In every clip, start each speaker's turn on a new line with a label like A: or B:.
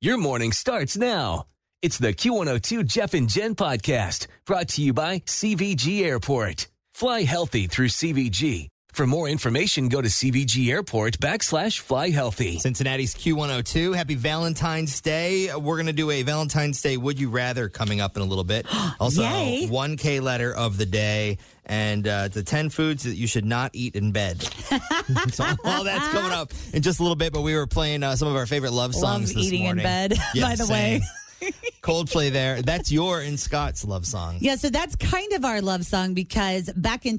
A: Your morning starts now. It's the Q102 Jeff and Jen podcast brought to you by CVG Airport. Fly healthy through CVG. For more information, go to CVG Airport backslash fly healthy.
B: Cincinnati's Q102. Happy Valentine's Day. We're going to do a Valentine's Day Would You Rather coming up in a little bit. Also,
C: Yay.
B: 1K letter of the day and uh, the 10 foods that you should not eat in bed. so all that's coming up in just a little bit, but we were playing uh, some of our favorite love songs
C: Love
B: this
C: eating in
B: morning.
C: bed,
B: Yeah,
C: by the
B: same.
C: way.
B: Coldplay there. That's your and Scott's love song.
C: Yeah, so that's kind of our love song because back in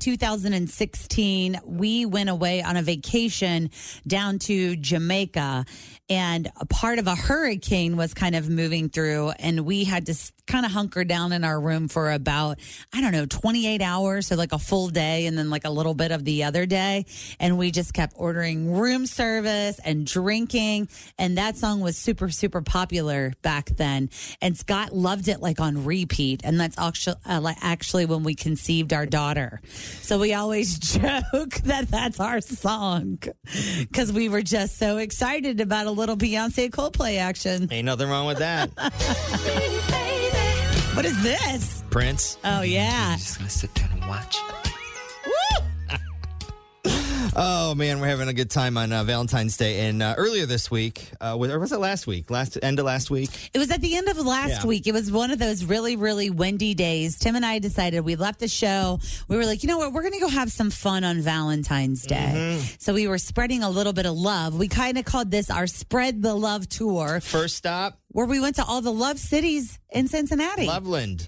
C: 2016, we went away on a vacation down to Jamaica, and a part of a hurricane was kind of moving through, and we had to kind of hunker down in our room for about, I don't know, 28 hours. So, like a full day, and then like a little bit of the other day. And we just kept ordering room service and drinking. And that song was super, super popular back then. And Scott loved it like on repeat. And that's actually, uh, like, actually when we conceived our daughter. So we always joke that that's our song because we were just so excited about a little Beyonce Coldplay action.
B: Ain't nothing wrong with that.
C: What is this?
B: Prince.
C: Oh, yeah.
D: just gonna sit there and watch.
B: Oh man, we're having a good time on uh, Valentine's Day. And uh, earlier this week, uh, was, or was it last week? Last end of last week.
C: It was at the end of last
B: Yeah.
C: week. It was one of those really, really windy days. Tim and I decided we left the show. We were like, you know what? We're going to go have some fun on Valentine's Day. So we were spreading a little bit of love. We kind of called this our Spread the Love Tour,
B: First stop,
C: where we went to all the love cities in Cincinnati.
B: Loveland.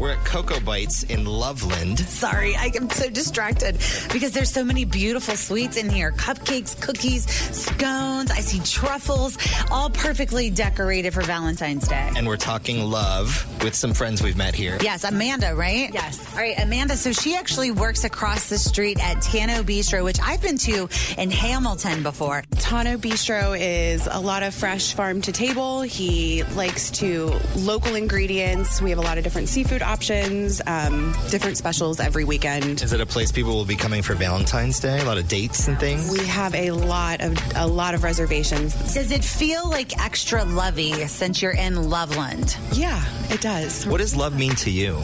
B: We're at Cocoa Bites in Loveland.
C: Sorry, I am so distracted because there's so many beautiful sweets in here cupcakes, cookies, scones. I see truffles, all perfectly decorated for Valentine's Day.
B: and we're talking love with some friends we've met here.
C: Yes, Amanda, right? Yes. All right, Amanda. So she actually works across the street at Tano Bistro, which I've been to in Hamilton before.
E: Tano Bistro is a lot of fresh farm to table. He likes to local ingredients. We have a lot of different seafood options, um, different specials every weekend.
B: Is it a place people will be coming for Valentine's Day? A lot of dates and things.
E: We have a lot of a lot of reservations.
C: Does it feel like extra lovey since you're in Loveland?
E: Yeah, it does.
B: What does love mean to you?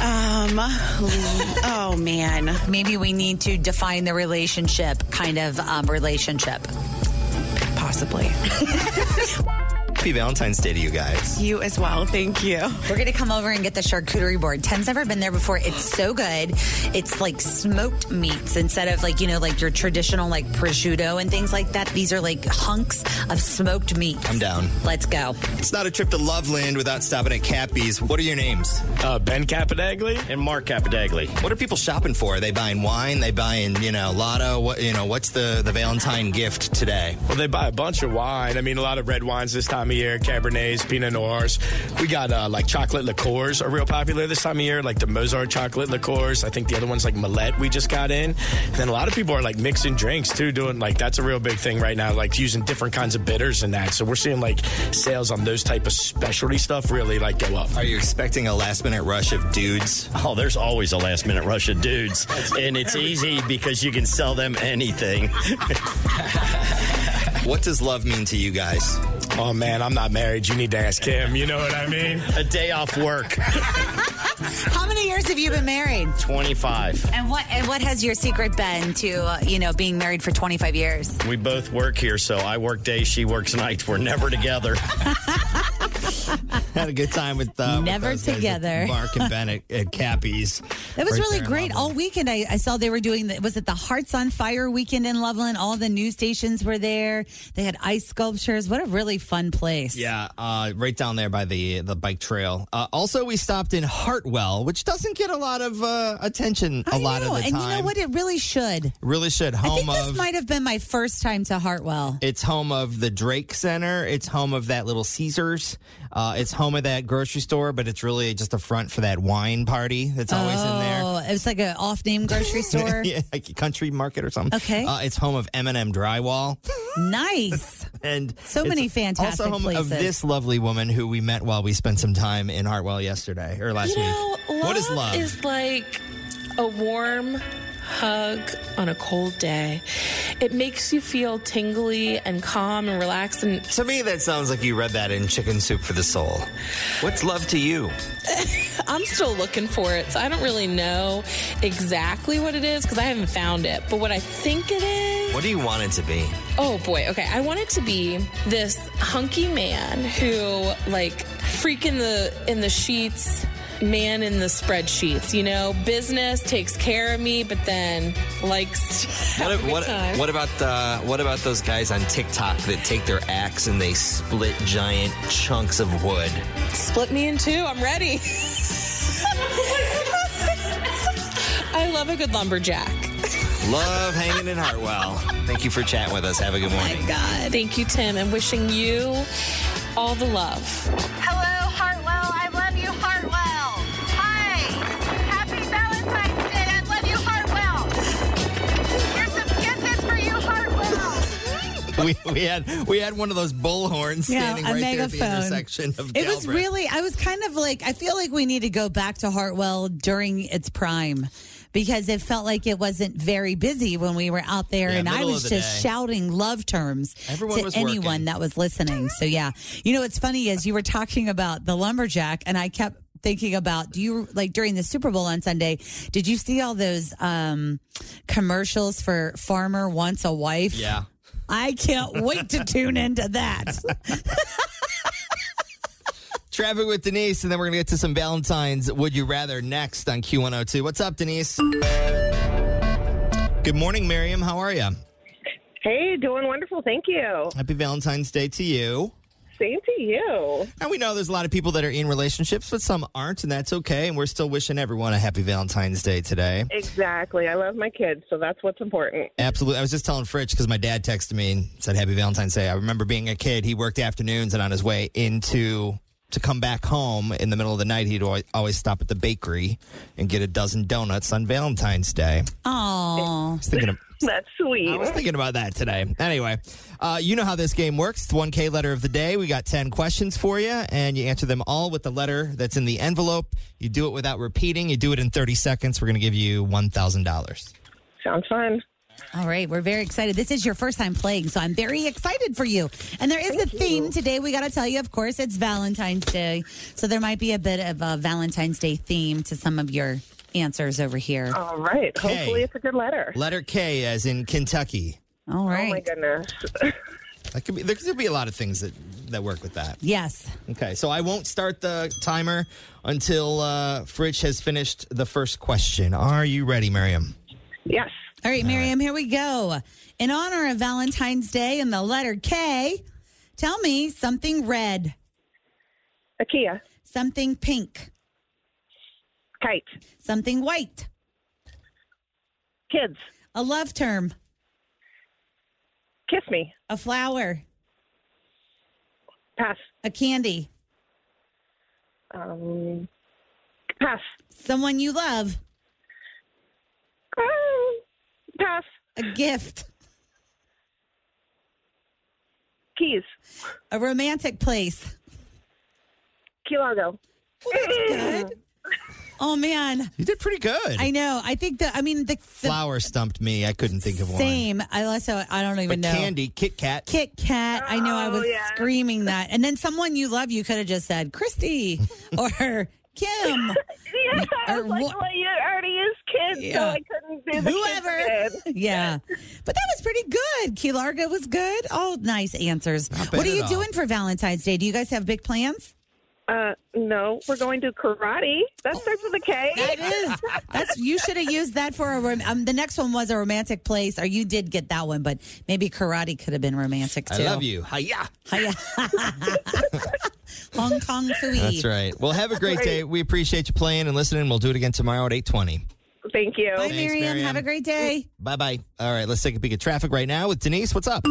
E: Um, oh man,
C: Maybe we need to define the relationship kind of um, relationship.
E: possibly.
B: Happy Valentine's Day to you guys.
E: You as well. Thank you.
C: We're going to come over and get the charcuterie board. Tim's never been there before. It's so good. It's like smoked meats instead of like, you know, like your traditional like prosciutto and things like that. These are like hunks of smoked meat.
B: I'm down.
C: Let's go.
B: It's not a trip to Loveland without stopping at Cappy's. What are your names?
D: Uh, ben Capadagli and Mark Capadagli.
B: What are people shopping for? Are they buying wine? They buying, you know, lotto? What, you know, what's the, the Valentine gift today?
D: Well, they buy a bunch of wine. I mean, a lot of red wines this time of year, Cabernets, Pinot Noirs. We got uh, like chocolate liqueurs are real popular this time of year, like the Mozart chocolate liqueurs. I think the other one's like Millet we just got in. And then a lot of people are like mixing drinks too, doing like that's a real big thing right now, like using different kinds of bitters and that. So we're seeing like sales on those type of specialty stuff really like go up.
B: Are you expecting a last minute rush of dudes?
F: Oh, there's always a last minute rush of dudes, and it's easy because you can sell them anything.
B: What does love mean to you guys?
D: Oh man, I'm not married. You need to ask him. You know what I mean?
F: A day off work,
C: How many years have you been married?
F: 25.
C: And what and what has your secret been to, uh, you know, being married for 25 years?
F: We both work here, so I work days, she works nights. We're never together.
B: Had a good time with uh, with
C: Never
B: those guys at
C: together.
B: Mark and Ben at, at Cappy's.
C: It was
B: Right
C: really
B: there in
C: great. All weekend, I, I saw they were doing, the, was it the Hearts on Fire weekend in Loveland? All the news stations were there. They had ice sculptures. What a really fun place.
B: Yeah, uh, right down there by the the bike trail. Uh, also, we stopped in Hartwell, which doesn't get a lot of uh, attention a
C: I
B: lot
C: know.
B: of the
C: and
B: time.
C: you know what? It really should.
B: Really should
C: I think
B: home
C: this
B: of.
C: might have been my first time to Hartwell.
B: it's home of the Drake Center. It's home of that little Caesars. Uh, it's home of that grocery store, but it's really just a front for that wine party that's always in there.
C: Oh, it was like an off name grocery store.
B: yeah, like a country market or something.
C: Okay.
B: Uh, it's home of M&M Drywall.
C: Nice.
B: and
C: So
B: it's
C: many fantastic
B: Also home of
C: places.
B: this lovely woman who we met while we spent some time in Hartwell yesterday or last
G: You know,
B: week.
G: love
B: what is love?
G: Is like a warm hug on a cold day. It makes you feel tingly and calm and relaxed. And
B: to me, that sounds like you read that in Chicken Soup for the Soul. What's love to you?
G: I'm still looking for it, so I don't really know exactly what it is because I haven't found it. But what I think it is.
B: What do you want it to be?
G: Oh boy, okay. I want it to be this hunky man who like freak in the in the sheets, man in the spreadsheets, you know, business takes care of me, but then likes to have
B: What,
G: a good time.
B: what, what about uh, what about those guys on TikTok that take their axe and they split giant chunks of wood?
G: Split me in two, I'm ready. I love a good lumberjack.
B: Love hanging in Hartwell. Thank you for chatting with us. Have a good morning.
G: God. Thank you, Tim, and wishing you all the love.
H: Hello, Hartwell. I love you, Hartwell. Hi. Happy Valentine's Day. I love you, Hartwell. Here's some kisses for you, Hartwell.
B: we, we had we had one of those bullhorns standing right there at the intersection of
C: it was
B: Galbraith.
C: really. I was kind of like. I feel like we need to go back to Hartwell during its prime because it felt like it wasn't very busy when we were out there,
B: Yeah,
C: and I
B: middle of
C: was
B: the
C: just
B: day.
C: shouting love terms
B: Everyone
C: to
B: was
C: anyone
B: working.
C: that was listening. So yeah, you know what's funny is you were talking about the lumberjack, and I kept thinking about do you like during the Super Bowl on Sunday? Did you see all those um commercials for Farmer Wants a Wife?
B: yeah.
C: I can't wait to tune into that.
B: Traffic with Denise, and then we're gonna get to some Valentine's Would You Rather next on Q102. What's up, Denise? Good morning, Miriam. How are you?
I: Hey, doing wonderful. Thank you.
B: Happy Valentine's Day to you.
I: Same to you.
B: And we know there's a lot of people that are in relationships, but some aren't, and that's okay. And we're still wishing everyone a happy Valentine's Day today.
I: Exactly. I love my kids, so that's what's important.
B: Absolutely. I was just telling Fritch because my dad texted me and said Happy Valentine's Day. I remember being a kid, he worked afternoons and on his way into to come back home in the middle of the night, he'd always, always stop at the bakery and get a dozen donuts on Valentine's Day.
C: Oh,
B: I was thinking of,
I: That's sweet.
B: I was thinking about that today. Anyway, uh, you know how this game works. It's 1K letter of the day. We got 10 questions for you, and you answer them all with the letter that's in the envelope. You do it without repeating. You do it in 30 seconds. We're going to give you $1,000.
I: Sounds fun.
C: all right. We're very excited. This is your first time playing, so I'm very excited for you. And there is a theme today. We got to tell you, of course, it's Valentine's Day, so there might be a bit of a Valentine's Day theme to some of your answers over here.
I: All right.
B: Okay.
I: Hopefully, it's a good letter.
B: Letter K as in Kentucky.
C: All
I: Oh my
C: right.
I: goodness.
B: That could be, there could be a lot of things that, that work with that.
C: Yes.
B: Okay, so I won't start the timer until uh, Fritch has finished the first question. Are you ready, Miriam?
C: Yes. All right, Miriam, here we go. In honor of Valentine's Day and the letter K, tell me something red. A Kia. Something pink. Kite. Something white. Kids. A love term. Kiss me. A flower. Pass. A candy. Um, pass. Someone you love.
J: Um,
C: Pass. A gift. Keys. A romantic place. Key Largo. that's good. Oh man,
B: you did pretty good.
C: I know. I think that I mean the, the
B: Flower stumped me. I couldn't think of one.
C: same. I also I don't even
B: But
C: know
B: candy, Kit Kat.
C: Kit Kat. I know
I: Oh,
C: I was screaming that, and then someone you love, you could have just said Christy or Kim.
I: Yeah, I was like, well, you already is kids, so
C: Yeah.
I: I couldn't do the
C: Whoever.
I: Kids
C: yeah. But that was pretty good. Key Largo was good. All nice answers.
I: bad
C: What are
I: at
C: you
I: all.
C: doing for Valentine's Day? Do you guys have big plans?
I: Uh, no, we're going to karate. That starts with a K.
C: That is. That's you should have used that for a. Rom- um, the next one was a romantic place, or you did get that one, but maybe karate could have been romantic
B: I
C: too.
B: love you. Hiya.
C: Hiya. Hong Kong fooey.
B: That's right. Well, have a great day. We appreciate you playing and listening. We'll do it again tomorrow at 820.
I: Thank you.
C: Bye,
B: Thanks,
C: Miriam. Have
B: Miriam.
C: a great day.
B: Bye bye. All right, let's take a peek at traffic right now with Denise. What's up?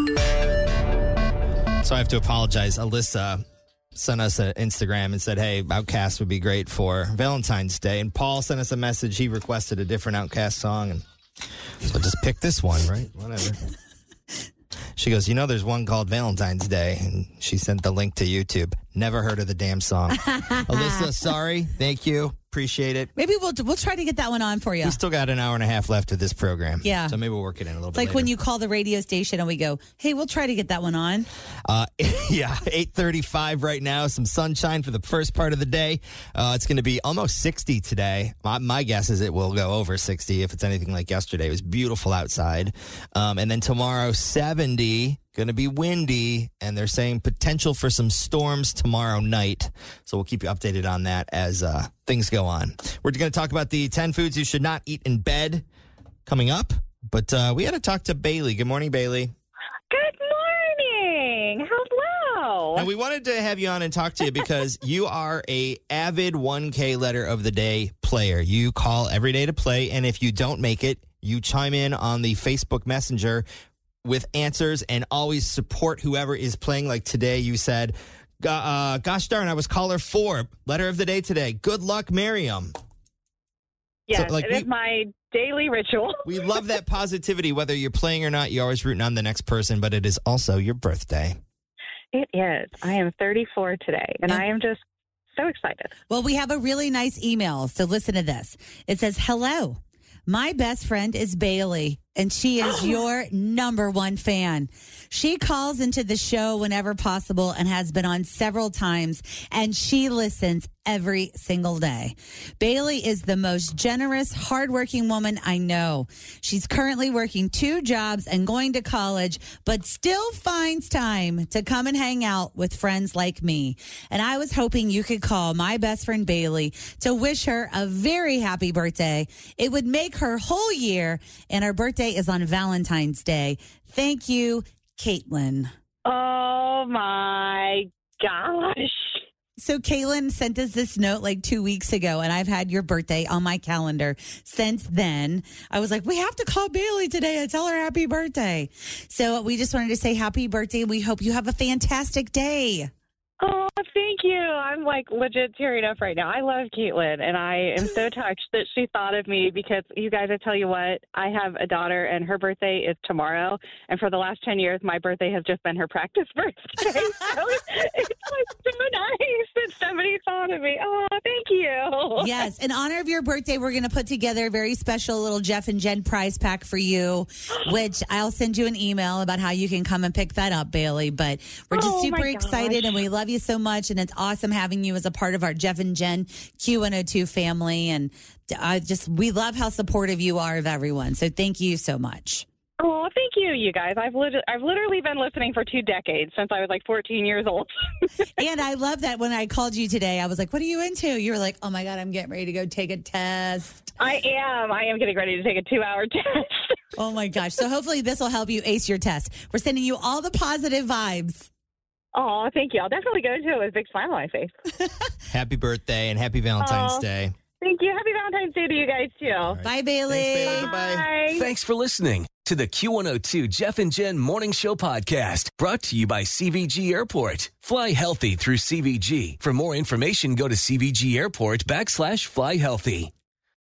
B: So I have to apologize. Alyssa sent us an Instagram and said, hey, Outcast would be great for Valentine's Day. And Paul sent us a message. He requested a different Outcast song. And so I just pick this one, right? Whatever. She goes, you know, there's one called Valentine's Day. And she sent the link to YouTube. Never heard of the damn song. Alyssa, sorry. Thank you. Appreciate it.
C: Maybe we'll we'll try to get that one on for you.
B: We still got an hour and a half left of this program.
C: Yeah.
B: So maybe we'll work it in a little
C: It's
B: bit.
C: like when you call the radio station and we go, "Hey, we'll try to get that one on."
B: Uh, yeah, 835 right now. Some sunshine for the first part of the day. Uh, it's going to be almost 60 today. My, my guess is it will go over 60 if it's anything like yesterday. It was beautiful outside. Um, and then tomorrow, 70. Going to be windy, and they're saying potential for some storms tomorrow night. So we'll keep you updated on that as uh, things go on. We're going to talk about the 10 foods you should not eat in bed coming up. But uh, we had to talk to Bailey. Good morning, Bailey.
K: Good morning. Hello.
B: And we wanted to have you on and talk to you because you are a avid 1K letter of the day player. You call every day to play, and if you don't make it, you chime in on the Facebook Messenger with answers and always support whoever is playing. Like today, you said, "Go- uh, "Gosh darn, I was caller four, letter of the day today. Good luck, Miriam."
K: Yes,
B: So, like,
K: it is
B: we-
K: my daily ritual.
B: We love that positivity, whether you're playing or not. You're always rooting on the next person, but it is also your birthday.
K: It is. I am 34 today, and I am just so excited.
C: Well, we have a really nice email, so listen to this. It says, "Hello, my best friend is Bailey, and she is your number one fan. She calls into the show whenever possible and has been on several times, and she listens every single day. Bailey is the most generous, hardworking woman I know. She's currently working two jobs and going to college, but still finds time to come and hang out with friends like me. And I was hoping you could call my best friend Bailey to wish her a very happy birthday. It would make her whole year, and her birthday is on Valentine's Day. Thank you, Caitlin.
K: Oh my gosh.
C: So Caitlin sent us this note like two weeks ago, and I've had your birthday on my calendar since then. I was like, we have to call Bailey today and tell her happy birthday. So we just wanted to say happy birthday. We hope you have a fantastic day.
K: Oh, thank you. I'm like legit tearing up right now. I love Caitlin, and I am so touched that she thought of me because you guys, I tell you what, I have a daughter, and her birthday is tomorrow. And for the last 10 years, my birthday has just been her practice birthday. so it's like so nice that somebody thought of me. Oh, thank you.
C: yes. In honor of your birthday, we're going to put together a very special little Jeff and Jen prize pack for you, which I'll send you an email about how you can come and pick that up, Bailey. But we're just
K: Oh, my
C: super
K: gosh.
C: excited and we love you so much. And it's awesome having you as a part of our Jeff and Jen Q102 family. And I just, we love how supportive you are of everyone. So thank you so much.
K: Oh,
J: Oh, thank you, you guys. I've lit- I've literally been listening for two decades since I was like 14 years old.
C: and I love that when I called you today, I was like, "What are you into?" You were like, "Oh my god, I'm getting ready to go take a test."
J: I am. I am getting ready to take a two-hour test.
C: oh my gosh! So hopefully this will help you ace your test. We're sending you all the positive vibes.
J: Oh, thank you. I'll definitely go to it with a big smile on my face.
B: Happy birthday and happy Valentine's
J: Aw.
B: Day.
J: Thank you. Happy Valentine's Day to you guys too.
C: Bye, Bailey.
J: Bye.
A: Thanks for listening to the Q102 Jeff and Jen Morning Show podcast brought to you by CVG Airport. Fly healthy through CVG. For more information, go to CVG Airport backslash fly healthy.